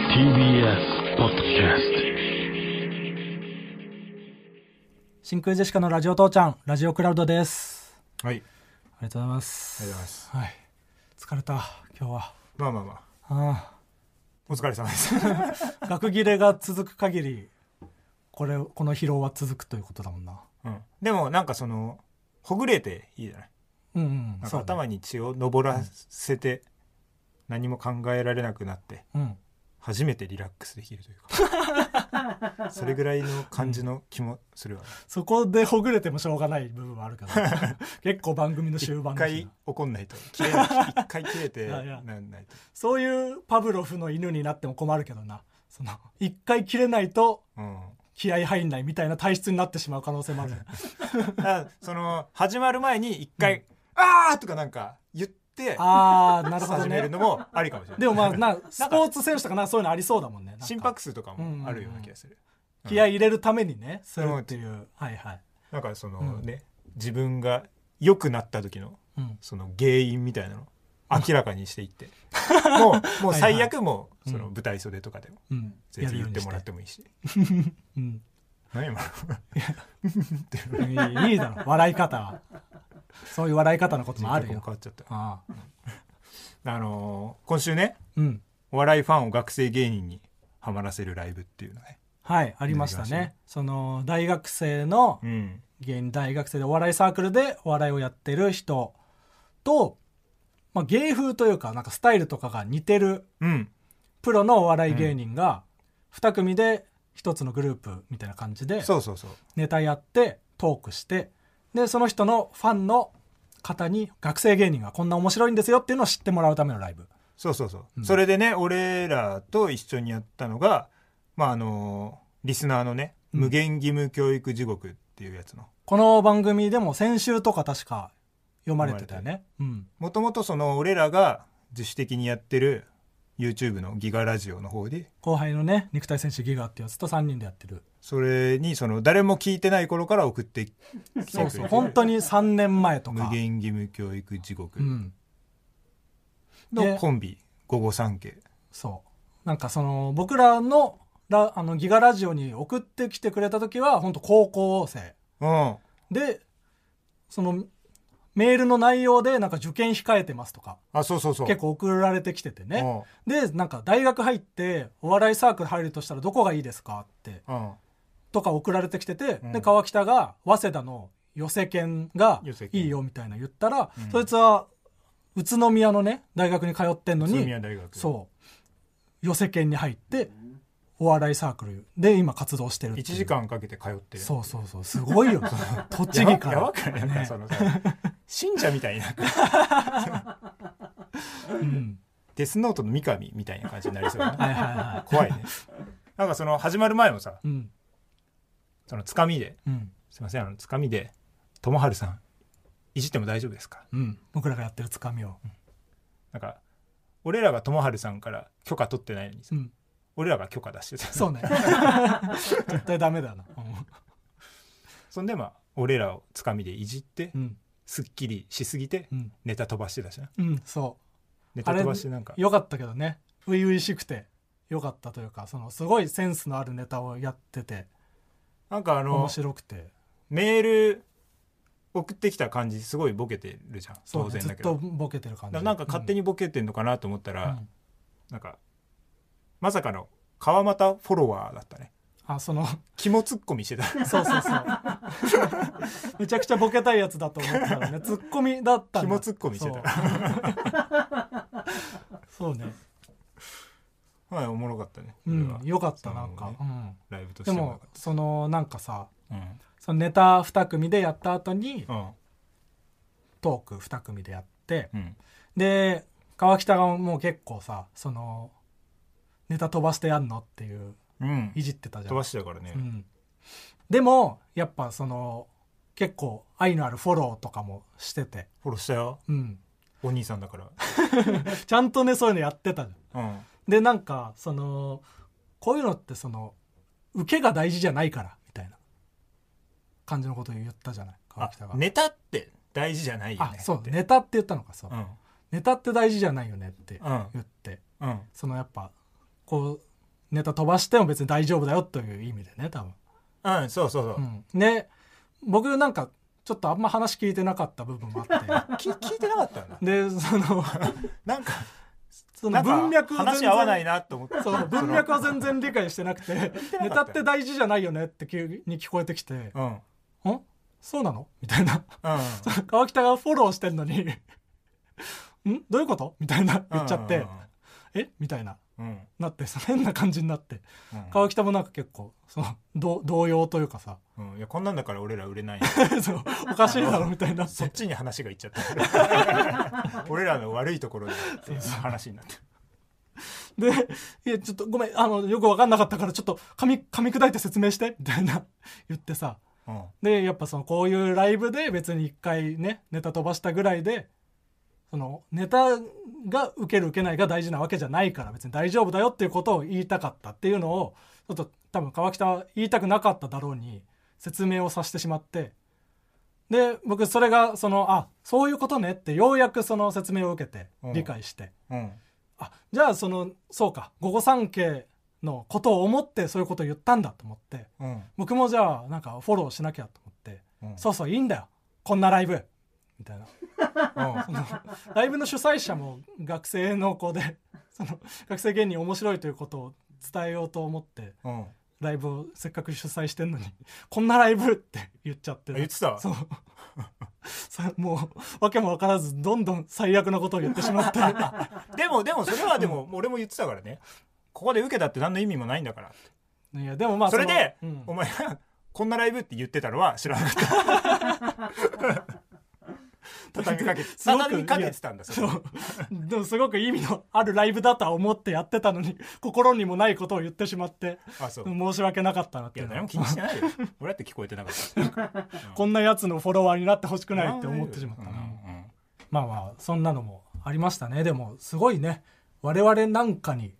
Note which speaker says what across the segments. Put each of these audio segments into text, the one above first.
Speaker 1: TBS ポッドキャス
Speaker 2: 真空ジェシカのラジオ父ちゃんラジオクラウドです
Speaker 3: はい
Speaker 2: ありがとうございます
Speaker 3: ありがとうございます
Speaker 2: はい疲れた今日は
Speaker 3: まあまあまあ
Speaker 2: あ
Speaker 3: お疲れ様です
Speaker 2: あ学切れが続く限りこれこの疲労は続くということだもんな
Speaker 3: うんでもなんかそのほぐれていいじゃない
Speaker 2: うんうん
Speaker 3: なん
Speaker 2: そ
Speaker 3: か
Speaker 2: うね
Speaker 3: 頭に血を上らせて何も考えられなくなって
Speaker 2: うん
Speaker 3: 初めてリラックスできるという かそれぐらいの感じの気もするわ
Speaker 2: そこでほぐれてもしょうがない部分はあるけど 結構番組の終盤
Speaker 3: 一
Speaker 2: だし
Speaker 3: 回
Speaker 2: な
Speaker 3: 怒んないと切れない一回切れ て
Speaker 2: い
Speaker 3: な
Speaker 2: やい
Speaker 3: ん
Speaker 2: や
Speaker 3: ないと
Speaker 2: そういうパブロフの犬になっても困るけどなその一回切れないと
Speaker 3: うん
Speaker 2: 気合入んないみたいな体質になってしまう可能性 もある
Speaker 3: だからその始まる前に一回「あー!」とかなんか言って
Speaker 2: ああなるほど
Speaker 3: 始め
Speaker 2: ね
Speaker 3: るのもありかもしれない
Speaker 2: で もまあなスポーツ選手とかなそういうのありそうだもんねなんか
Speaker 3: 心拍数とかもあるような気がする
Speaker 2: 気合い入れるためにねするっていう、はいはい、
Speaker 3: なんかその
Speaker 2: うん
Speaker 3: ね、自分が良くなった時の
Speaker 2: うん、
Speaker 3: その原因みたいなのを明らかにしてい って、もうもう
Speaker 2: はい
Speaker 3: 最悪も
Speaker 2: う
Speaker 3: う
Speaker 2: ん
Speaker 3: その舞台袖とかでも
Speaker 2: うん、
Speaker 3: 全然言ってもらって
Speaker 2: も、
Speaker 3: もいいし
Speaker 2: うん、
Speaker 3: 何今
Speaker 2: いいいいだろ笑い方はそういう笑い方のこともあ
Speaker 3: 人
Speaker 2: る
Speaker 3: 格も
Speaker 2: よ
Speaker 3: 変わっちゃった
Speaker 2: ああ
Speaker 3: あのー今週ね
Speaker 2: うん
Speaker 3: お笑いファンを学生芸人にハマらせるライブっていうのね
Speaker 2: はいありました
Speaker 3: お願いし
Speaker 2: ねその大学生の
Speaker 3: うん
Speaker 2: 芸人大学生でお笑いサークルでお笑いをやってる人と、まあ、芸風というかなんかスタイルとかが似てる
Speaker 3: うん
Speaker 2: プロのお笑い芸人が2組で1つのグループみたいな感じで
Speaker 3: そうそうそう
Speaker 2: ネタやってトークしてでその人のファンの方に学生芸人がこんな面白いんですよっていうのを知ってもらうためのライブ
Speaker 3: そうそうそう、
Speaker 2: うん
Speaker 3: それでね俺らと一緒にやったのがまああのーリスナーのね「
Speaker 2: うん
Speaker 3: 無限義務教育地獄」っていうやつの
Speaker 2: この番組でも先週とか確か読まれてたよねうん
Speaker 3: もともとその俺らが自主的にやってる YouTube のギガラジオの方で
Speaker 2: 後輩のね肉体戦士ギガってやつと3人でやってる
Speaker 3: それにその誰も聞いてない頃から送ってきてく
Speaker 2: そ
Speaker 3: れ
Speaker 2: う
Speaker 3: て
Speaker 2: そう
Speaker 3: る
Speaker 2: 本当に3年前とか
Speaker 3: 無限義務教育地獄
Speaker 2: うん
Speaker 3: の
Speaker 2: で
Speaker 3: コンビ午後三家
Speaker 2: そうなんかその僕らのラあのギガラジオに送ってきてくれた時は本当高校生
Speaker 3: うん
Speaker 2: でそのメールの内容でなんか受験控えてますとか
Speaker 3: あそうそうそう
Speaker 2: 結構送られてきててね、でなんか大学入ってお笑いサークル入るとしたらどこがいいですかって
Speaker 3: うんうん
Speaker 2: とか送られてきてて、
Speaker 3: うん
Speaker 2: で川北が早稲田の寄せ研が
Speaker 3: 寄せ
Speaker 2: い
Speaker 3: 研
Speaker 2: いよみたいな言ったら、
Speaker 3: うん
Speaker 2: そいつは宇都宮のね大学に通ってんの
Speaker 3: 宇都
Speaker 2: に
Speaker 3: 宮大学
Speaker 2: そう寄せ研に入ってお笑いサークルで今活動してるっていう
Speaker 3: 1時間かけて通ってる
Speaker 2: そうそうそうすご いよ栃
Speaker 3: やば
Speaker 2: 木
Speaker 3: く
Speaker 2: か
Speaker 3: やば
Speaker 2: ら
Speaker 3: くないなんかそのさ信者みたいな
Speaker 2: うん
Speaker 3: デスノートの三上みたいな感じになりそうだ
Speaker 2: はい
Speaker 3: な
Speaker 2: はいは
Speaker 3: 怖いねなんかその始まる前もさ
Speaker 2: いうん
Speaker 3: そのつかみで
Speaker 2: うん
Speaker 3: すいませんあのつかみで「ともはるさんいじっても大丈夫ですか?
Speaker 2: うん僕らがやってるつかみを」
Speaker 3: なんか俺らがともはるさんから許可取ってないのにさ
Speaker 2: うん
Speaker 3: 俺らが許可出してた
Speaker 2: そうね絶対ダメだな
Speaker 3: そんでまあ俺らをつかみでいじって
Speaker 2: うん
Speaker 3: すっきりしすぎて
Speaker 2: うん
Speaker 3: ネタ飛ばしてたしな
Speaker 2: うんそ
Speaker 3: ネタ飛ばしてなんか
Speaker 2: うよかったけどね初々しくてよかったというかそのすごいセンスのあるネタをやってて
Speaker 3: なんかあの
Speaker 2: 面白くて
Speaker 3: メール送ってきた感じすごいボケてるじゃん
Speaker 2: そう
Speaker 3: 当
Speaker 2: ね
Speaker 3: 然
Speaker 2: ず
Speaker 3: だ
Speaker 2: っ
Speaker 3: け
Speaker 2: と
Speaker 3: ど
Speaker 2: ボケてる感
Speaker 3: だから
Speaker 2: じ
Speaker 3: なんか勝手にボケてんのかなと思った
Speaker 2: う
Speaker 3: ら、
Speaker 2: んうん
Speaker 3: なんかまさかの川又フォロワーだったね
Speaker 2: あその
Speaker 3: 肝ツッコミ してた
Speaker 2: そうそうそうめちゃくちゃボケたいやつだと思ってたらねツッコミだったんだ
Speaker 3: 肝ツッコミして
Speaker 2: そ
Speaker 3: た
Speaker 2: うそうね
Speaker 3: はいおもろかったね、
Speaker 2: う
Speaker 3: これ
Speaker 2: ん
Speaker 3: は
Speaker 2: よかった
Speaker 3: その
Speaker 2: なんか
Speaker 3: ね
Speaker 2: うん
Speaker 3: ライブとし
Speaker 2: で
Speaker 3: ても
Speaker 2: もそのなんかさ
Speaker 3: 良かっ
Speaker 2: そのネタ2組でやった後に
Speaker 3: たうん
Speaker 2: トーク2組でやって
Speaker 3: うんうん
Speaker 2: で川北がもう結構さそのネタ飛ばしてやんのっていう
Speaker 3: うん
Speaker 2: いじってたじゃ
Speaker 3: 飛
Speaker 2: ん、
Speaker 3: ばしてたからね、
Speaker 2: うん、でもやっぱその結構愛のあるフォローとかもしてて、
Speaker 3: フォローしたよ
Speaker 2: うん、
Speaker 3: お兄さんだから
Speaker 2: ちゃんとねそういうのやってたじゃん
Speaker 3: うん
Speaker 2: でなんかそのこういうのってその受けが大事じゃないからみたいな感じのことを言ったじゃない川
Speaker 3: あ
Speaker 2: 北が、
Speaker 3: ネタって大事じゃないよ
Speaker 2: あ
Speaker 3: ね
Speaker 2: そう
Speaker 3: って
Speaker 2: ネタって言ったのかそう、
Speaker 3: うん
Speaker 2: ネタって大事じゃないよねって
Speaker 3: うん
Speaker 2: 言って
Speaker 3: うん
Speaker 2: そのやっぱこうネタ飛ばしても別に大丈夫だよという意味でね多分、
Speaker 3: うんそうそうそう、
Speaker 2: うん、で僕なんかちょっとあんま話聞いてなかった部分もあっ
Speaker 3: き聞いてなかったよな
Speaker 2: てでその
Speaker 3: なんか
Speaker 2: そ
Speaker 3: な
Speaker 2: の
Speaker 3: んか
Speaker 2: 文脈を全
Speaker 3: 話
Speaker 2: 然
Speaker 3: 合わないなと思って
Speaker 2: そう文脈は全然理解してなくて
Speaker 3: よ
Speaker 2: ネタって大事じゃないよねって急に聞こえてきて
Speaker 3: うん
Speaker 2: 「
Speaker 3: うん
Speaker 2: んそうなの?」みたいな 川北がフォローしてんのに 「んどういうこと?」みたいな言っちゃって「えみたいな
Speaker 3: うんうん
Speaker 2: なってその変な感じになって
Speaker 3: うん
Speaker 2: 川北もなんか結構そのど動揺というかさ
Speaker 3: うんいやこんなんだから俺ら売れない
Speaker 2: そうおかしいだろみたいになっ
Speaker 3: そってちに話がいっちゃった。 俺らの悪いところでっていう話になってる。
Speaker 2: で「いやちょっとごめんあのよく分かんなかったからちょっと噛み噛み砕いて説明して」みたいな言ってさ
Speaker 3: うん。
Speaker 2: でやっぱそのこういうライブで別に一回ねネタ飛ばしたぐらいでそのネタが受ける受けないが大事なわけじゃないから別に大丈夫だよっていうことを言いたかったっていうのをちょっと多分川北は言いたくなかっただろうに説明をさせてしまってで僕それがそのあそういうことねってようやくその説明を受けて
Speaker 3: うん
Speaker 2: 理解して、
Speaker 3: うん。
Speaker 2: あじゃあそのそうか午後三景のことを思ってそういうことを言ったんだと思って
Speaker 3: うん。
Speaker 2: 僕もじゃあなんかフォローしなきゃと思って。
Speaker 3: うん。
Speaker 2: そうそういいんだよこんなライブみたいな
Speaker 3: うん。
Speaker 2: そのライブの主催者も学生の子で その学生芸人面白いということを伝えようと思って
Speaker 3: うん。
Speaker 2: ライブをせっかく主催してんのに こんなライブって言っちゃって
Speaker 3: 言ってた
Speaker 2: そう さもうわけも分からずどんどん最悪なことを言ってし まって
Speaker 3: でも、でも、それはでも、俺も言ってたからね。ここで受けたって何の意味もないんだから。
Speaker 2: いやでもまあ
Speaker 3: それ
Speaker 2: の
Speaker 3: で
Speaker 2: うん、
Speaker 3: お前が、こんなライブって言ってたのは知らなかった。 畳みかけて、
Speaker 2: すごく
Speaker 3: 畳みかけてたんだ、そ
Speaker 2: そ
Speaker 3: れ
Speaker 2: う でもすごく意味のあるライブだとは思ってやってたのに心にもないことを言ってしまって
Speaker 3: あ、そう。
Speaker 2: 申し訳なかったなっ
Speaker 3: い
Speaker 2: てい
Speaker 3: や、
Speaker 2: うの
Speaker 3: 誰
Speaker 2: は
Speaker 3: も気にしてないよ。俺だって聞こえてなかった。
Speaker 2: こんなやつのフォロワーになってほしく ないって思ってしまったな、
Speaker 3: うんうん
Speaker 2: まあまあそんなのもありましたねでもすごいね我々なんかに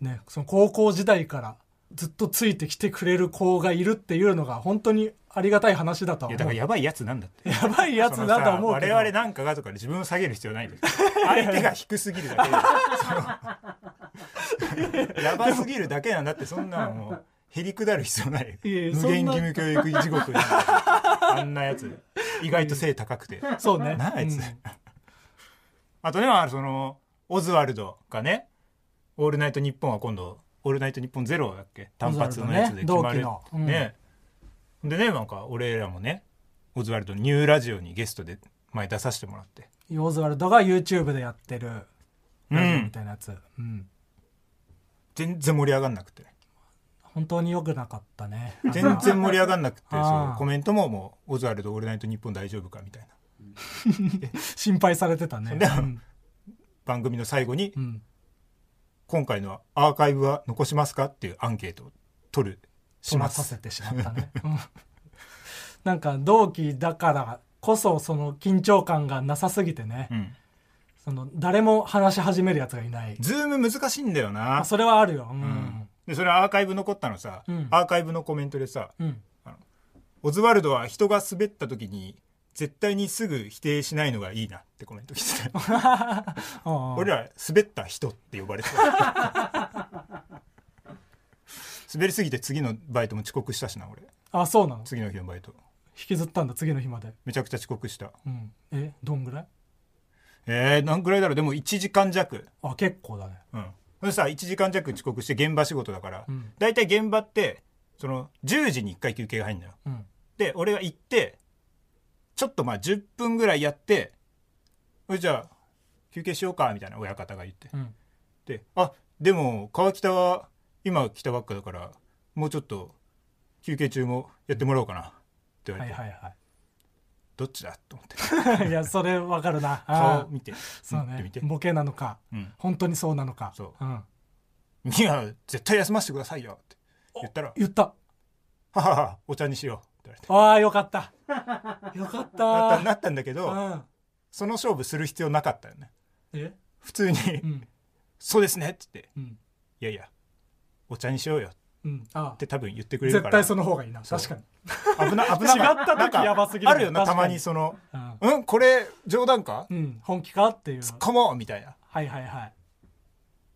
Speaker 2: ねその高校時代からずっとついてきてくれる子がいるっていうのが本当にありがたい話だと
Speaker 3: い
Speaker 2: は
Speaker 3: や、
Speaker 2: 思
Speaker 3: だから
Speaker 2: う
Speaker 3: やばいやつなんだって。
Speaker 2: やばいやつだとは思うけど
Speaker 3: そのさ我々なんかがとかで自分を下げる必要ないです相手が低す ぎるだけでそのやばすぎるだけなんだってそんなのもうへりくだる必要ない
Speaker 2: いやいや
Speaker 3: 無限
Speaker 2: そ
Speaker 3: 義
Speaker 2: んな
Speaker 3: 務教育地 獄にあんなやつ意外と背高くて
Speaker 2: そうね
Speaker 3: なああいつ、
Speaker 2: うん
Speaker 3: あとねまあそのオズワルドがね「オールナイトニッポン」は今度「オールナイトニッポンゼロだっけ単発のやつで決
Speaker 2: オズ
Speaker 3: ま
Speaker 2: ワル
Speaker 3: る
Speaker 2: ドね同期のうん
Speaker 3: ねでねなんか俺らもねオズワルドのニューラジオにゲストで前出させてもらって
Speaker 2: ヨーズワルドが YouTube でやってるラジオみたいなやつ、うん、
Speaker 3: 全然盛り上がんなくて
Speaker 2: 本当に良くなかったね
Speaker 3: 全然盛り上がんな くて
Speaker 2: あー
Speaker 3: そうコメントももう「オズワルドオールナイトニッポン大丈夫か?」みたいな
Speaker 2: 心配されてたね
Speaker 3: で
Speaker 2: うん
Speaker 3: 番組の最後に
Speaker 2: うん
Speaker 3: 「今回のアーカイブは残しますか?」っていうアンケートを取る
Speaker 2: しまさせてしまったね。うんなんか同期だからこそその緊張感がなさすぎてね、
Speaker 3: うん
Speaker 2: その誰も話し始めるやつがいない。
Speaker 3: ズーム難しいんだよな
Speaker 2: あそれはあるよ。うん。
Speaker 3: でそれアーカイブ残ったのさ、
Speaker 2: うん
Speaker 3: アーカイブのコメントでさ
Speaker 2: うん
Speaker 3: 「オズワルドは人が滑った時に絶対にすぐ否定しないのがいいな」ってコメント来てた
Speaker 2: ああ
Speaker 3: 俺ら滑った人って呼ばれてた 滑りすぎて次のバイトも遅刻したしな俺
Speaker 2: あそうなの引
Speaker 3: 次の日のバイト
Speaker 2: きずったんだ次の日まで。
Speaker 3: めちゃくちゃ遅刻した
Speaker 2: うん、えどんぐらい
Speaker 3: えー、何ぐらいだろうでも1時間弱
Speaker 2: あ結構だね。
Speaker 3: うんそれさ1時間弱遅刻して現場仕事だから、
Speaker 2: うん
Speaker 3: だいたい現場ってその10時に1回休憩が入るのよ
Speaker 2: うん
Speaker 3: で俺が行ってちょっとまあ10分ぐらいやって「おいじゃあ休憩しようか」みたいな親方が言って、
Speaker 2: うん。
Speaker 3: で「あでも川北は今来たばっかだからもうちょっと休憩中もやってもらおうかな」って言わ
Speaker 2: は
Speaker 3: れ
Speaker 2: い
Speaker 3: て、
Speaker 2: は
Speaker 3: どっちだと思って
Speaker 2: いはい。い やそれわかるな。あ
Speaker 3: 顔
Speaker 2: あ
Speaker 3: 見て
Speaker 2: そう
Speaker 3: 見て
Speaker 2: ね
Speaker 3: みて。
Speaker 2: ボケなのか
Speaker 3: うん
Speaker 2: 本当にそうなのか。
Speaker 3: そ
Speaker 2: うん。
Speaker 3: 「いや絶対休ませてくださいよ」って言ったら
Speaker 2: 言った。
Speaker 3: 「はははお茶にしよう」って言われて
Speaker 2: ああよかった。よかった。
Speaker 3: なったなったんだけど
Speaker 2: うん。
Speaker 3: その勝負する必要なかったよね
Speaker 2: え
Speaker 3: 普通に
Speaker 2: う
Speaker 3: 「
Speaker 2: ん
Speaker 3: そうですね」って言って
Speaker 2: うん
Speaker 3: 「いやいやお茶にしようよ」
Speaker 2: うんあ
Speaker 3: って多分言ってくれるか
Speaker 2: 絶
Speaker 3: ら
Speaker 2: 対その方がいいな
Speaker 3: そう
Speaker 2: 確かに
Speaker 3: 危な危
Speaker 2: 違
Speaker 3: な
Speaker 2: った時
Speaker 3: なんか
Speaker 2: やばすぎる
Speaker 3: あるよな
Speaker 2: 確か
Speaker 3: た
Speaker 2: に
Speaker 3: まにその
Speaker 2: うん
Speaker 3: 「うんこれ冗談か
Speaker 2: うん本気かっていう
Speaker 3: 突っ込もう」みたいな
Speaker 2: はいはいはい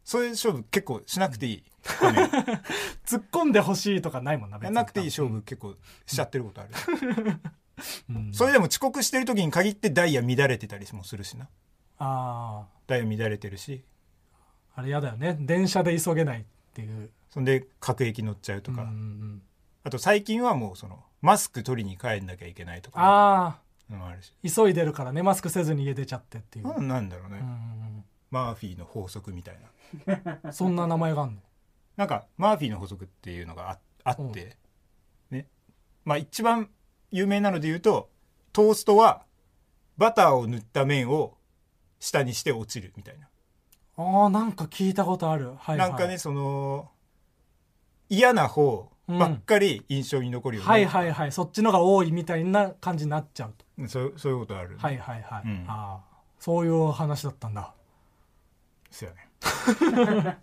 Speaker 3: そういう勝負結構しなくていい、
Speaker 2: 突っ込んでほしいとかないもんな別
Speaker 3: や
Speaker 2: に
Speaker 3: んなくていい勝負結構しちゃってることある、
Speaker 2: うん
Speaker 3: それでも遅刻してる時に限ってダイヤ乱れてたりもするしな
Speaker 2: あ
Speaker 3: ダイヤ乱れてるし
Speaker 2: ああれやだよね電車で急げないっていう
Speaker 3: そんで各駅乗っちゃうとか、
Speaker 2: うんうんうん
Speaker 3: あと最近はもうそのマスク取りに帰んなきゃいけないとか
Speaker 2: ああ
Speaker 3: のもあるし
Speaker 2: 急いでるからねマスクせずに家出ちゃってっていう、
Speaker 3: なんなんだろうね、
Speaker 2: うんうん
Speaker 3: マーフィーの法則みたいな
Speaker 2: うんそんな名前があんの
Speaker 3: なんかマーフィーの法則っていうのがああって、ねまあ一番有名なので言うとトーストはバターを塗った面を下にして落ちるみたいな、
Speaker 2: ああなんか聞いたことあるはい、はい、
Speaker 3: なんかねその嫌な方ばっかり印象に残るよね、
Speaker 2: はいはいはいそっちのが多いみたいな感じになっちゃうと
Speaker 3: そうそういうことある、
Speaker 2: はいはいはい、
Speaker 3: うん
Speaker 2: ああそういう話だったん だ
Speaker 3: そうやね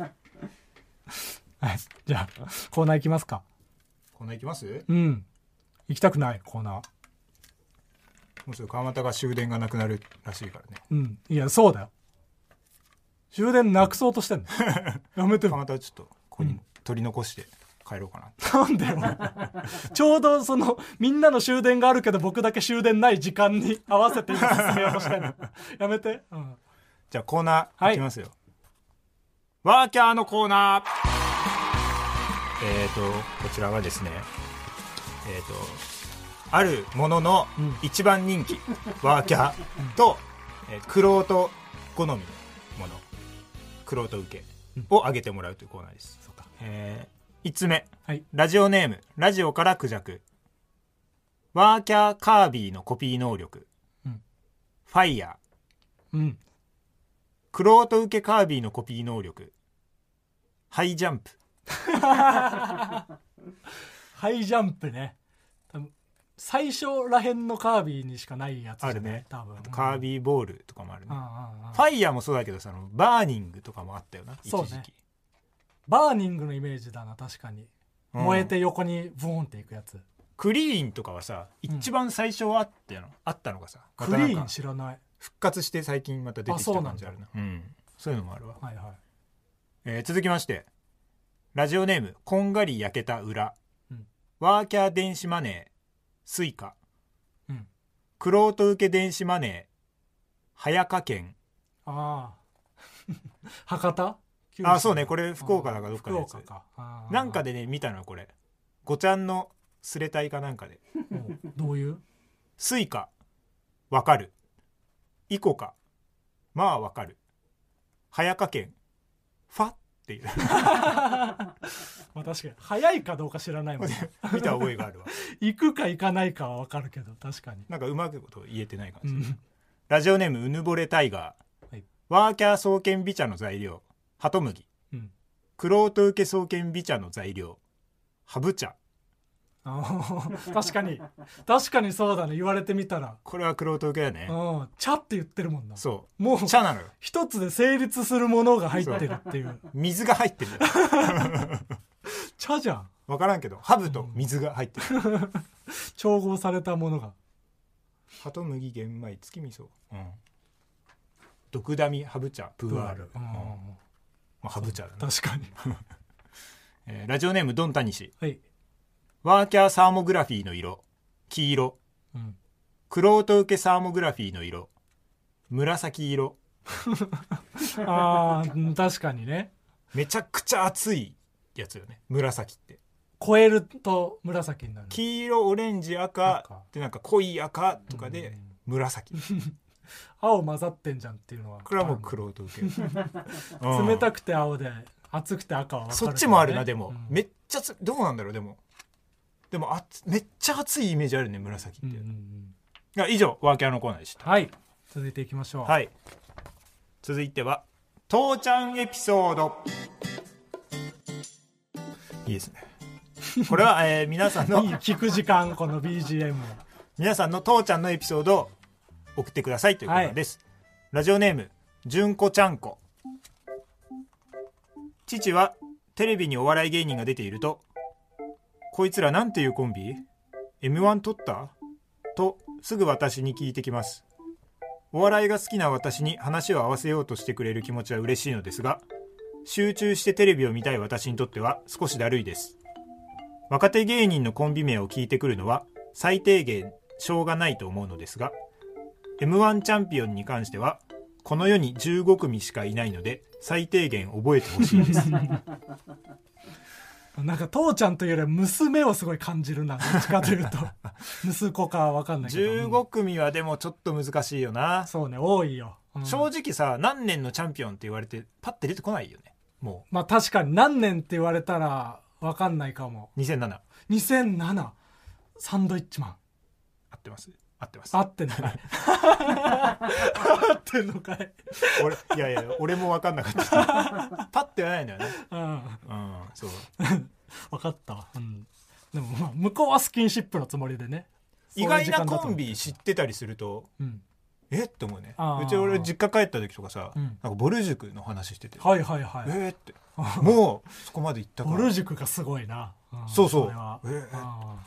Speaker 2: はいじゃあコーナー行きますか
Speaker 3: こんないきます
Speaker 2: うん行きたくないコーナー
Speaker 3: もうすぐ川又が終電がなくなるらしいからね
Speaker 2: うんいやそうだよ終電なくそうとして んのやめてよ
Speaker 3: 川又はちょっとここに取り残して帰ろうかなって、
Speaker 2: なんだよちょうどそのみんなの終電があるけど僕だけ終電ない時間に 合わせて今進めようとしてんのやめて、うん、
Speaker 3: じゃあコーナ
Speaker 2: は
Speaker 3: ー
Speaker 2: い
Speaker 3: いきますよ、ワーキャーのコーナーえっ、ー、とこちらはですねえっ、とあるものの
Speaker 2: うん
Speaker 3: 一番人気、ワーキャーと、えー、クロート好みのものクロート受けを上げてもらうというコーナーです、
Speaker 2: そうか
Speaker 3: えー、5つ目
Speaker 2: はい
Speaker 3: ラジオネームラジオからクジャクワーキャーカービィのコピー能力、
Speaker 2: うん
Speaker 3: ファイヤー
Speaker 2: うん
Speaker 3: クロート受けカービィのコピー能力ハイジャンプ
Speaker 2: ハイジャンプね多分最初らへんのカービィにしかないやつじゃない
Speaker 3: あるね
Speaker 2: 多分
Speaker 3: カー
Speaker 2: ィ
Speaker 3: ビィボールとかもあるね、フ
Speaker 2: ー
Speaker 3: ァイヤーもそうだけどさあのバーニングとかもあったよな一
Speaker 2: そうね
Speaker 3: 時期、
Speaker 2: バーニングのイメージだな確かに、
Speaker 3: うん
Speaker 2: 燃えて横にブーンっていくやつ
Speaker 3: クリーンとかはさ
Speaker 2: ん
Speaker 3: 一番最初はあったの,、あったのがさま
Speaker 2: ク
Speaker 3: たなん
Speaker 2: リー
Speaker 3: か
Speaker 2: ン知らない
Speaker 3: 復活して最近また出てき
Speaker 2: あそう
Speaker 3: た
Speaker 2: なん
Speaker 3: 感
Speaker 2: だ
Speaker 3: じあるなうんそういうのもあるわ、
Speaker 2: はいはい
Speaker 3: えー続きましてラジオネームこんがり焼けた裏、
Speaker 2: うん
Speaker 3: ワーキャー電子マネースイカ
Speaker 2: うん
Speaker 3: クロート受け電子マネー早川券
Speaker 2: ああ博多九州
Speaker 3: あそうねこれ福岡だかどっかのやつ
Speaker 2: 福岡かあー
Speaker 3: なんかでね見たのよこれごちゃんのすれたいかなんかで
Speaker 2: うんどういう
Speaker 3: 「スイカ」「わかる」「イコカ」「まあわかる」「早川券」「ファ」っていう
Speaker 2: まあ確かに早いかどうか知らないもんね
Speaker 3: 見た覚えがあるわ
Speaker 2: 行くか行かないかは分かるけど確かに
Speaker 3: なんかうまくこと言えてない感
Speaker 2: う
Speaker 3: じ、
Speaker 2: ん
Speaker 3: ラジオネームうぬぼれタイガー、
Speaker 2: はい
Speaker 3: ワーキャー総研美茶の材料ハトムギ
Speaker 2: うん
Speaker 3: クロート受け総研美茶の材料ハブ茶
Speaker 2: あー確かに確かにそうだね言われてみたら
Speaker 3: これはクロート受けだ
Speaker 2: 「
Speaker 3: ね、
Speaker 2: うん茶」って言ってるもんな
Speaker 3: そ
Speaker 2: もう
Speaker 3: う茶なのよ
Speaker 2: 一つで成立するものが入ってるっていう
Speaker 3: 水が入ってるんだよ
Speaker 2: 茶じゃん
Speaker 3: 分からんけどハブと水が入ってる、
Speaker 2: 調合されたものが
Speaker 3: ハトムギ玄米月味噌、うん、毒ダミハブ茶プーアール、
Speaker 2: うん
Speaker 3: うんまあ、ハブ茶だな、
Speaker 2: 確かに
Speaker 3: えーラジオネームドンタニシ
Speaker 2: はい、
Speaker 3: ワーキャーサーモグラフィーの色黄色
Speaker 2: うん、
Speaker 3: クロート受けサーモグラフィーの色紫色
Speaker 2: あーうん確かにね
Speaker 3: めちゃくちゃ熱いやつよね紫って
Speaker 2: 超えると紫になる
Speaker 3: 黄色オレンジ赤
Speaker 2: 赤
Speaker 3: でなんか濃い赤とか
Speaker 2: う
Speaker 3: で
Speaker 2: ん
Speaker 3: 紫
Speaker 2: 青混ざってんじゃんっていうのは
Speaker 3: これはもうクロート 受け、
Speaker 2: あの
Speaker 3: うん
Speaker 2: 冷たくて青で熱くて赤は分かるけど
Speaker 3: そ
Speaker 2: ね、
Speaker 3: っちもあるなでも、
Speaker 2: うん
Speaker 3: めっちゃつどうなんだろうでもでもあつめっちゃ熱いイメージあるね紫って、
Speaker 2: うんうんうん
Speaker 3: あ以上ワーキャーのコーナーでした
Speaker 2: はい続いていきましょう
Speaker 3: はい続いては父ちゃんエピソードいいですねこれは、えー皆さんの
Speaker 2: いい聞く時間この BGM を
Speaker 3: 皆さんの父ちゃんのエピソードを送ってくださいということです、ラジオネームじゅんこちゃんこ父はテレビにお笑い芸人が出ていると「こいつらなんていうコンビ m 1取った?」とすぐ私に聞いてきますお笑いが好きな私に話を合わせようとしてくれる気持ちは嬉しいのですが集中してテレビを見たい私にとっては少しだるいです若手芸人のコンビ名を聞いてくるのは最低限しょうがないと思うのですが m 1チャンピオンに関してはこの世に15組しかいないので最低限覚えてほしいです
Speaker 2: なんか父ちゃんというよりは娘をすごい感じるなどっちかという と息子かわかんないけど
Speaker 3: 15組はでもちょっと難しいよな
Speaker 2: そうね多いよ、うん
Speaker 3: 正直さ何年のチャンピオンって言われてパッて出てこないよねも
Speaker 2: まあ確かに何年って言われたらわかんないかも
Speaker 3: う2007
Speaker 2: 2007サンドイッチマン
Speaker 3: 合ってます合ってます
Speaker 2: 合ってんのかい合ってんのかい、
Speaker 3: 俺いやいや俺も分かんなかったパッてはないんだよね
Speaker 2: うん、
Speaker 3: うんそう
Speaker 2: 分かったわ、うん、でもまあ向こうはスキンシップのつもりでね
Speaker 3: 意外なコンビ知ってたりすると
Speaker 2: そういう時間だと思って
Speaker 3: えって思うね
Speaker 2: あー
Speaker 3: うち俺実家帰った時とかさ、
Speaker 2: うん
Speaker 3: なんかボル塾の話してて、
Speaker 2: たうん、はいはいはい、
Speaker 3: えー ってもうそこまで行ったか
Speaker 2: ボ
Speaker 3: ら
Speaker 2: ル塾がすごいな、ん
Speaker 3: そうそう
Speaker 2: れは
Speaker 3: えー
Speaker 2: あ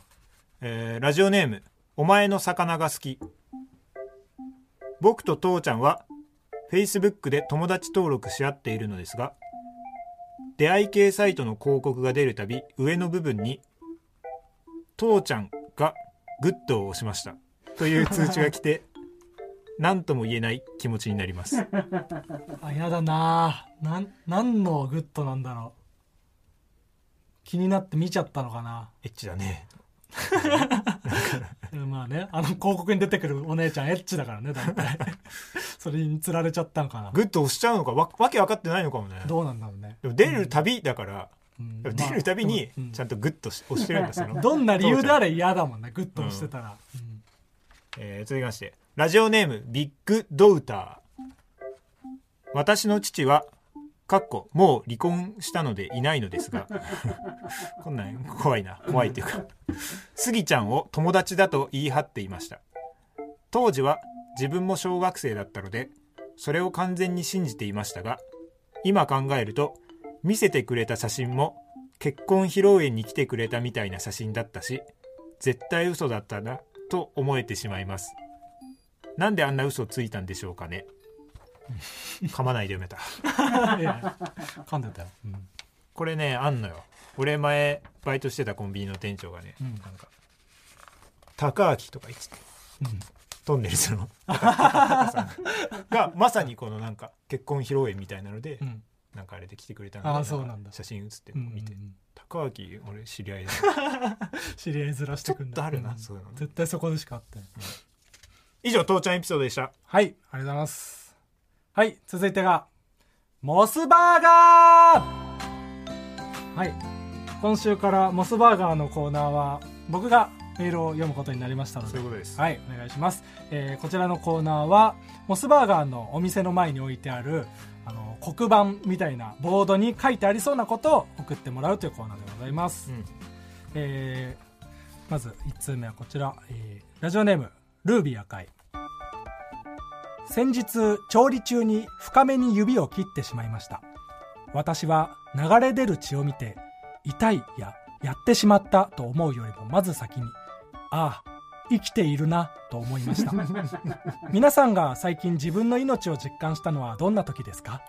Speaker 3: えーラジオネーム「お前の魚が好き」僕と父ちゃんは Facebook で友達登録し合っているのですが出会い系サイトの広告が出るたび上の部分に「父ちゃんがグッドを押しました」という通知が来て何とも言えない気持ちになります
Speaker 2: ーあやだなーなん何のグッドなんだろう気になって見ちゃったのかな
Speaker 3: エッチだね
Speaker 2: うんまあねあの広告に出てくるお姉ちゃんエッチだからね大 体それにつられちゃったのかな
Speaker 3: グッド押しちゃうのかわわけ分かってないのかもね
Speaker 2: どうなんだろうね、
Speaker 3: でも出るたびだから、
Speaker 2: うん
Speaker 3: でも出るたび
Speaker 2: ま
Speaker 3: に
Speaker 2: あでもうん
Speaker 3: ちゃんとグッとし押してるんだそ の
Speaker 2: どんな理由であれ嫌だもんねグッド押してたら、
Speaker 3: えー続きましてラジオネームビッグドウター私の父はかっこもう離婚したのでいないのですが こんなん怖いな怖いっていうかスギちゃんを友達だと言い張っていました当時は自分も小学生だったのでそれを完全に信じていましたが今考えると見せてくれた写真も結婚披露宴に来てくれたみたいな写真だったし絶対嘘だったなと思えてしまいますなんであんな嘘ついたんでしょうかね噛まないで読めた
Speaker 2: うん いや噛んでたよ、うん
Speaker 3: これねあんのよ俺前バイトしてたコンビニの店長がね、
Speaker 2: うん
Speaker 3: なんか高明とか言ってた
Speaker 2: うん
Speaker 3: トンネル ズの高明さんがまさにこのなんか結婚披露宴みたいなので、
Speaker 2: うん
Speaker 3: なんかあれで来てくれた
Speaker 2: あー
Speaker 3: の
Speaker 2: そうなんだ
Speaker 3: か写真写って
Speaker 2: う
Speaker 3: るの
Speaker 2: ん
Speaker 3: 見て、
Speaker 2: うん
Speaker 3: 高明俺知り合いだ
Speaker 2: 知り合いずらしてくんだ
Speaker 3: ちょっとあるな
Speaker 2: うん
Speaker 3: そういうの
Speaker 2: 絶対そこでしかあってない
Speaker 3: 以上父ちゃんエピソードでした
Speaker 2: はいありがとうございますはい続いてがモスバーガーはい今週からモスバーガーのコーナーは僕がメールを読むことになりましたの
Speaker 3: そ
Speaker 2: で
Speaker 3: ういうことです、
Speaker 2: はいお願いします、えーこちらのコーナーはモスバーガーのお店の前に置いてあるあの黒板みたいなボードに書いてありそうなことを送ってもらうというコーナーでございます
Speaker 3: う、ん、
Speaker 2: えーまず1通目はこちら、えーラジオネームルービー赤い先日調理中に深めに指を切ってしまいました私は流れ出る血を見て痛いややってしまったと思うよりもまず先にああ生きているなと思いました皆さんが最近自分の命を実感したのはどんな時ですか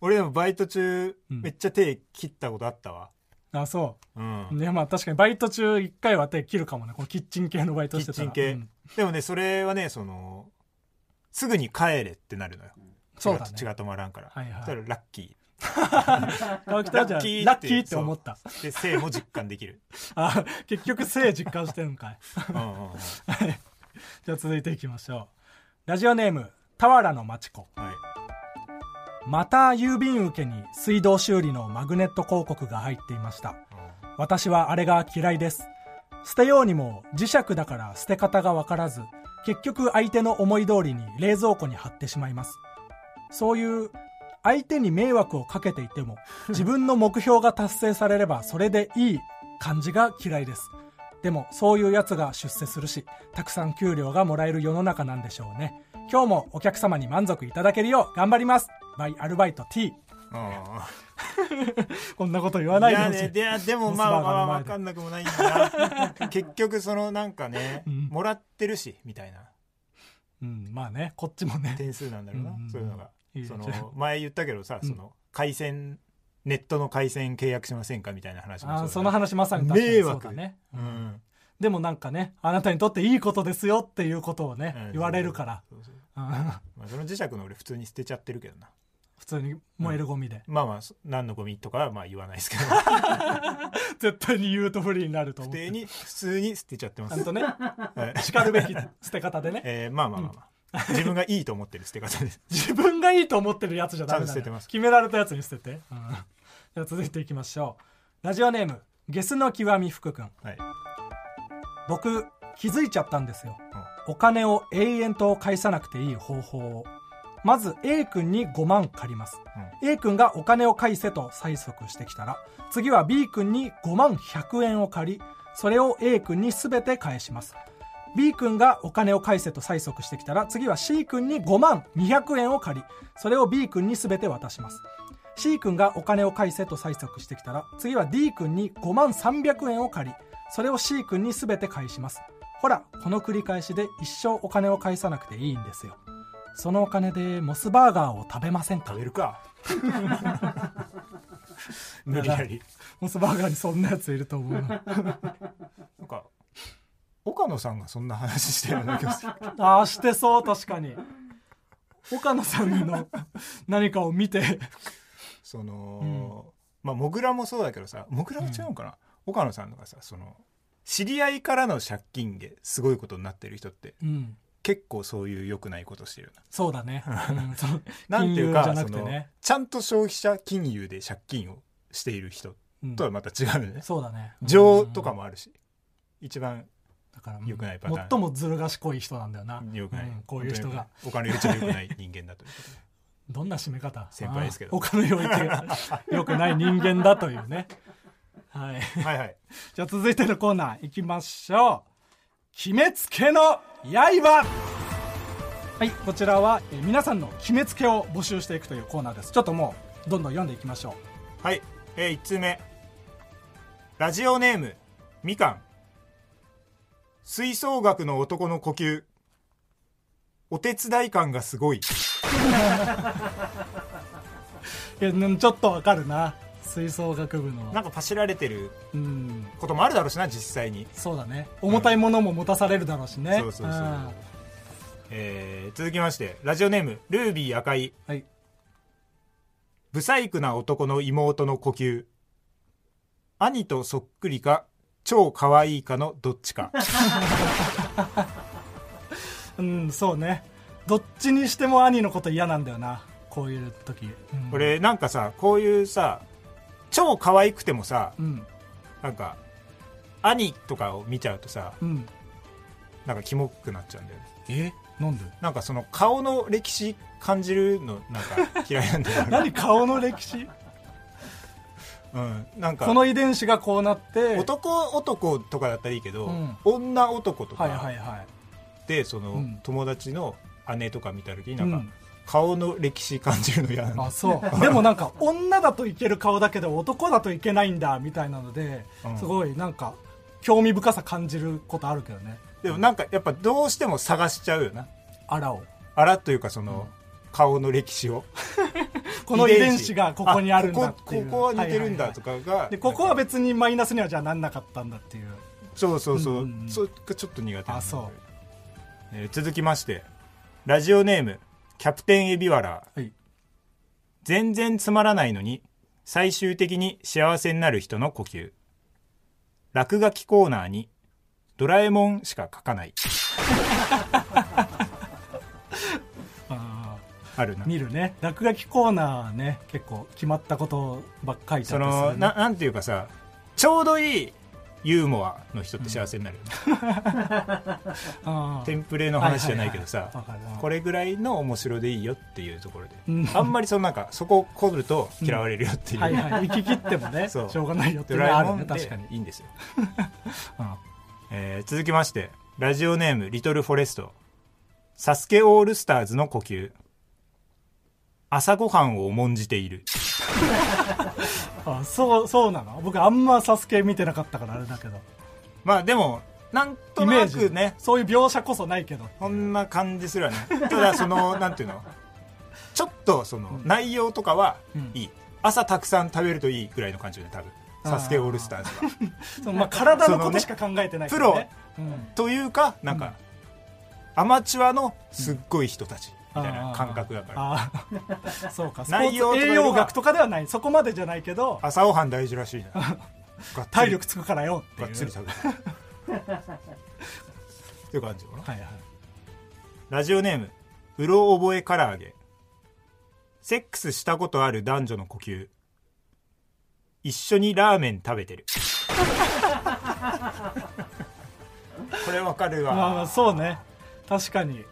Speaker 3: 俺でもバイト中、
Speaker 2: うん
Speaker 3: めっちゃ手切ったことあったわ
Speaker 2: あそう
Speaker 3: うん
Speaker 2: ねまあ確かにバイト中1回は手切るかもねこのキッチン系のバイト
Speaker 3: キ
Speaker 2: して
Speaker 3: ッ
Speaker 2: たら
Speaker 3: チン系、
Speaker 2: うん
Speaker 3: でもねそれはねそのすぐに帰れってなるのよ血
Speaker 2: そう
Speaker 3: が
Speaker 2: だね
Speaker 3: 血が止まらんから、
Speaker 2: はいはい
Speaker 3: そしたらラッキ
Speaker 2: 川北はじゃあ
Speaker 3: ラッキーって
Speaker 2: ラッキーって思った
Speaker 3: ーで性も実感 できる
Speaker 2: あ結局性実感してるんかい
Speaker 3: うんうんうんはい
Speaker 2: じゃあ続いていきましょうラジオネーム俵のまちこまた郵便受けに水道修理のマグネット広告が入っていました
Speaker 3: うん
Speaker 2: 私はあれが嫌いです捨てようにも磁石だから捨て方が分からず結局相手の思い通りに冷蔵庫に貼ってしまいますそういう相手に迷惑をかけていても自分の目標が達成されればそれでいい感じが嫌いですでもそういうやつが出世するしたくさん給料がもらえる世の中なんでしょうね今日もお客様に満足いただけるよう頑張りますバイアルバイト T こんなこと言わ
Speaker 3: うん
Speaker 2: ないいでほ
Speaker 3: や
Speaker 2: しい
Speaker 3: ねでいやでも
Speaker 2: モス
Speaker 3: まあま
Speaker 2: バー
Speaker 3: あ
Speaker 2: ガーの前で
Speaker 3: まあ分かんなく もないんだな結局そのなんかね、
Speaker 2: うん
Speaker 3: もらってるしみたいな
Speaker 2: うん、まあねこっちもね
Speaker 3: 点数なんだろうな、
Speaker 2: うん
Speaker 3: そういうのが
Speaker 2: いいね
Speaker 3: そ
Speaker 2: じゃあ
Speaker 3: の前言ったけどさ、
Speaker 2: うん
Speaker 3: その回線ネットの回線契約しませんかみたいな話も
Speaker 2: あー
Speaker 3: そ
Speaker 2: そう
Speaker 3: だ
Speaker 2: の
Speaker 3: ね
Speaker 2: 話まさに確かに
Speaker 3: 迷
Speaker 2: そう
Speaker 3: 惑
Speaker 2: だね、
Speaker 3: うん
Speaker 2: でもなんかねあなたにとっていいことですよっていうことをね、
Speaker 3: うん
Speaker 2: 言われるから、
Speaker 3: そうそう
Speaker 2: うん
Speaker 3: まあ、その磁石の俺普通に捨てちゃってるけどな
Speaker 2: 普通に燃えるゴミで、
Speaker 3: まあまあそ何のゴミとかはまあ言わないですけど
Speaker 2: 絶対に言うと不利になると
Speaker 3: 普
Speaker 2: 思う
Speaker 3: 通
Speaker 2: ち
Speaker 3: に普通に捨てちゃってま
Speaker 2: ゃ
Speaker 3: す
Speaker 2: んとね
Speaker 3: はい
Speaker 2: 叱るべき捨て方でね
Speaker 3: えーまあまあまあまあ、自分がいいと思ってる捨て方です
Speaker 2: 自分がいいと思ってるやつじゃダメ
Speaker 3: ちゃ
Speaker 2: だ
Speaker 3: んと捨ててます
Speaker 2: 決められたやつに捨てて、うん、 じゃあ続いていきましょうラジオネームゲスの極み福君
Speaker 3: はい
Speaker 2: 僕気づいちゃったんですよお金を永遠と返さなくていい方法をまず A 君に5万借ります、A 君がお金を返せと催促してきたら次は B 君に5万100円を借りそれを A 君に全て返します B 君がお金を返せと催促してきたら次は C 君に5万200円を借りそれを B 君に全て渡します C 君がお金を返せと催促してきたら次は D 君に5万300円を借りそれを C 君に全て返しますほらこの繰り返しで一生お金を返さなくていいんですよそのお金でモスバーガーを食べませんか
Speaker 3: 食べるか 無理やり
Speaker 2: モスバーガーにそんなやついると思うな
Speaker 3: なんか岡野さんがそんな話してるような気がする
Speaker 2: ああしてそう確かに岡野さんの何かを見て
Speaker 3: その、まあモグラもそうだけどさモグラは違うのかな、岡野さんのがさその知り合いからの借金ですごいことになってる人って
Speaker 2: うん
Speaker 3: 結構そういう良くないことしてるよな
Speaker 2: そうだね、うんそう
Speaker 3: なんていう
Speaker 2: 金融
Speaker 3: か
Speaker 2: じゃな
Speaker 3: そ
Speaker 2: くて
Speaker 3: の
Speaker 2: ね
Speaker 3: ちゃんと消費者金融で借金をしている人
Speaker 2: うん
Speaker 3: とはまた違うよね、
Speaker 2: そうだね
Speaker 3: 情とかもあるし一番
Speaker 2: だから
Speaker 3: 良くないパターン
Speaker 2: 最もずる賢い人なんだよな
Speaker 3: 良くない、
Speaker 2: うんこういう人が
Speaker 3: 本当にお金を入れちゃ良くない人間だということで
Speaker 2: どんな締め方
Speaker 3: 先輩ですけど
Speaker 2: あーお金を置いて良くない人間だというねはい
Speaker 3: はいはい
Speaker 2: じゃあ続いてのコーナーいきましょう決めつけの刃はいこちらはえー皆さんの決めつけを募集していくというコーナーですちょっともうどんどん読んでいきましょ
Speaker 3: はい、えー、1通目ラジオネームみかん吹奏楽の男の呼吸お手伝い感がすごいう
Speaker 2: いやうんちょっとわかるな吹奏楽部の
Speaker 3: なんかパシられてる
Speaker 2: うん
Speaker 3: こともあるだろうしな実際に、
Speaker 2: そうだね重たいものも持たされるだろうしね、
Speaker 3: そうそうそうんえー続きましてラジオネームルービー赤井
Speaker 2: はい
Speaker 3: 不細工な男の妹の呼吸兄とそっくりか超可愛いかのどっちか
Speaker 2: うんそうねどっちにしても兄のこと嫌なんだよなこういう時、うん、
Speaker 3: 俺なんかさこういうさ超可愛くてもさ
Speaker 2: うん
Speaker 3: なんか兄とかを見ちゃうとさ
Speaker 2: うん
Speaker 3: なんかキモくなっちゃうんだよね
Speaker 2: えなんで
Speaker 3: なんかその顔の歴史感じるのなん か嫌いなんだよ
Speaker 2: 何顔の歴 史
Speaker 3: うん、なんか
Speaker 2: この遺伝子がこうなって
Speaker 3: 男男とかだったらいいけど、
Speaker 2: うん
Speaker 3: 女男と
Speaker 2: はいはい
Speaker 3: か
Speaker 2: はい
Speaker 3: でその、
Speaker 2: うん
Speaker 3: 友達の姉とか見た時になん
Speaker 2: う
Speaker 3: か
Speaker 2: ん
Speaker 3: 顔の歴史感じるの嫌なんだよ
Speaker 2: あ そうでもなんか女だといける顔だけど男だといけないんだみたいなので、
Speaker 3: うん
Speaker 2: すごいなんか興味深さ感じることあるけどね
Speaker 3: でもなんかやっぱどうしても探しちゃうよな
Speaker 2: あらを
Speaker 3: あらというかその、顔の歴史を
Speaker 2: この遺伝子がここにあるんだっていう
Speaker 3: ここここは似てるんだと
Speaker 2: か
Speaker 3: かが、
Speaker 2: でここは
Speaker 3: なんか
Speaker 2: 別にマイナスにはじゃあなんなかったんだっていう
Speaker 3: そうそうそう、
Speaker 2: うんうんうん
Speaker 3: それがちょっと苦手なんだよ
Speaker 2: あそう
Speaker 3: えー続きましてラジオネームキャプテンエビワラー
Speaker 2: はい
Speaker 3: 全然つまらないのに最終的に幸せになる人の呼吸落書きコーナーにドラえもんしか書かない
Speaker 2: あー
Speaker 3: あるな
Speaker 2: 見るね落書きコーナーね結構決まったことばっかり
Speaker 3: そのななんていうかさちょうどいいユーモアの人って幸せになるよね、
Speaker 2: あー
Speaker 3: テンプレの話じゃないけどさ、
Speaker 2: はいはいはいわかる
Speaker 3: これぐらいの面白でいいよっていうところで、
Speaker 2: うん
Speaker 3: あんまりそのなんかそこをこると嫌われるよっていう、
Speaker 2: はいはい行き切ってもねしょ
Speaker 3: そう
Speaker 2: うがないよってい
Speaker 3: ド
Speaker 2: うのはあ
Speaker 3: ラえ
Speaker 2: る
Speaker 3: もん
Speaker 2: ね確
Speaker 3: で
Speaker 2: かに
Speaker 3: いいんですよ、
Speaker 2: うん
Speaker 3: えー続きましてラジオネームリトルフォレスト「サスケオールスターズの呼吸」朝ごはんを重んじている
Speaker 2: あそうそうなの僕あんま「サスケ見てなかったからあれだけど
Speaker 3: まあでもなんと
Speaker 2: イメ
Speaker 3: な
Speaker 2: ージ
Speaker 3: くね
Speaker 2: そういう描写こそないけど
Speaker 3: そんな感じすらねただそのなんていうのちょっとその内容とかは
Speaker 2: うん
Speaker 3: いい、朝たくさん食べるといいぐらいの感じで多分「サスケオールスターズは
Speaker 2: そのまあ体のことしか考えてないからね、
Speaker 3: というかなんか、アマチュアのすっごい人たちみたいな感覚だから、
Speaker 2: ああそうかスポ
Speaker 3: 内容
Speaker 2: ー ツ
Speaker 3: とかよ
Speaker 2: 栄
Speaker 3: りは
Speaker 2: 養学とかではないそこまでじゃないけど
Speaker 3: 朝ごはん大事らしいな
Speaker 2: 体力つくからよって
Speaker 3: がっ
Speaker 2: い
Speaker 3: つ
Speaker 2: う
Speaker 3: り食べるっていう感じかな
Speaker 2: はいはい
Speaker 3: ラジオネームうろ覚え唐揚げセックスしたことある男女の呼吸一緒にラーメン食べてる これわかるわ、
Speaker 2: まあまあそうね確かに
Speaker 3: うん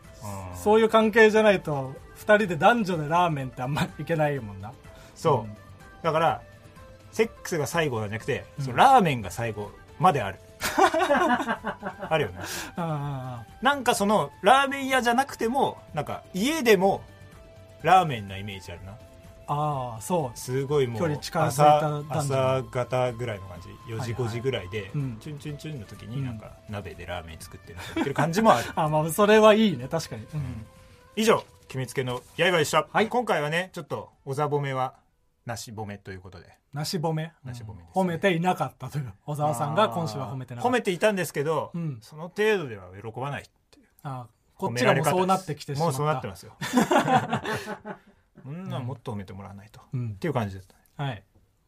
Speaker 2: そういう関係じゃないと2人で男女でラーメンってあんまりいけないもんな
Speaker 3: そう、だからセックスが最後なんじゃなくて、そのラーメンが最後まである あるよね
Speaker 2: あ
Speaker 3: なんかそのラーメン屋じゃなくてもなんか家でもラーメンなイメージあるな
Speaker 2: あああそう
Speaker 3: すごいも
Speaker 2: 距
Speaker 3: う
Speaker 2: 離近づいた
Speaker 3: 朝
Speaker 2: 男女
Speaker 3: 朝方ぐらいの感じ4時
Speaker 2: はいはい
Speaker 3: 5時ぐらいで、
Speaker 2: うん
Speaker 3: チュンチュンチュンの時
Speaker 2: う
Speaker 3: に
Speaker 2: ん
Speaker 3: なんか鍋でラーメン作ってるやってる感じも ある
Speaker 2: あまあそれはいいね確かに、うん
Speaker 3: 以上決めつけの刃でした、
Speaker 2: はい
Speaker 3: 今回はねちょっとおざ褒めはなし褒めということで
Speaker 2: なし褒め
Speaker 3: なし褒めですね
Speaker 2: うん褒めていなかったという小沢さんが今週は褒めてなか
Speaker 3: 褒
Speaker 2: った
Speaker 3: めていたんですけど、
Speaker 2: うん
Speaker 3: その程度では喜ばないっていう
Speaker 2: ああこ
Speaker 3: 褒
Speaker 2: っ
Speaker 3: め
Speaker 2: ちが
Speaker 3: られ
Speaker 2: もうそう
Speaker 3: 方です
Speaker 2: なってきてしまっ
Speaker 3: もう
Speaker 2: た
Speaker 3: そうなってます よそんなんもっと褒めてもらわないと、
Speaker 2: う
Speaker 3: っ
Speaker 2: ん
Speaker 3: ていう感じですね
Speaker 2: はい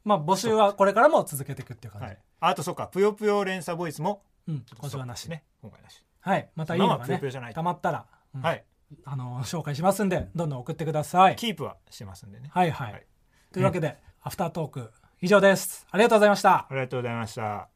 Speaker 2: まあ募集はこれからも続けていくっていう感じ、
Speaker 3: はい、あとそうか「ぷよぷよ連鎖ボイス」も
Speaker 2: うん
Speaker 3: ちょっと
Speaker 2: 今週はなし
Speaker 3: ね今回なし、
Speaker 2: はいまたいいの
Speaker 3: まあ
Speaker 2: が
Speaker 3: まあぷよ
Speaker 2: ね
Speaker 3: ぷよじゃない
Speaker 2: たまったら、うん
Speaker 3: はい
Speaker 2: あの紹介しますんでどんどん送ってください
Speaker 3: キープはしてますんでね、
Speaker 2: はいはい、
Speaker 3: はい
Speaker 2: というわけで、アフタートーク以上ですありがとうございました
Speaker 3: ありがとうございました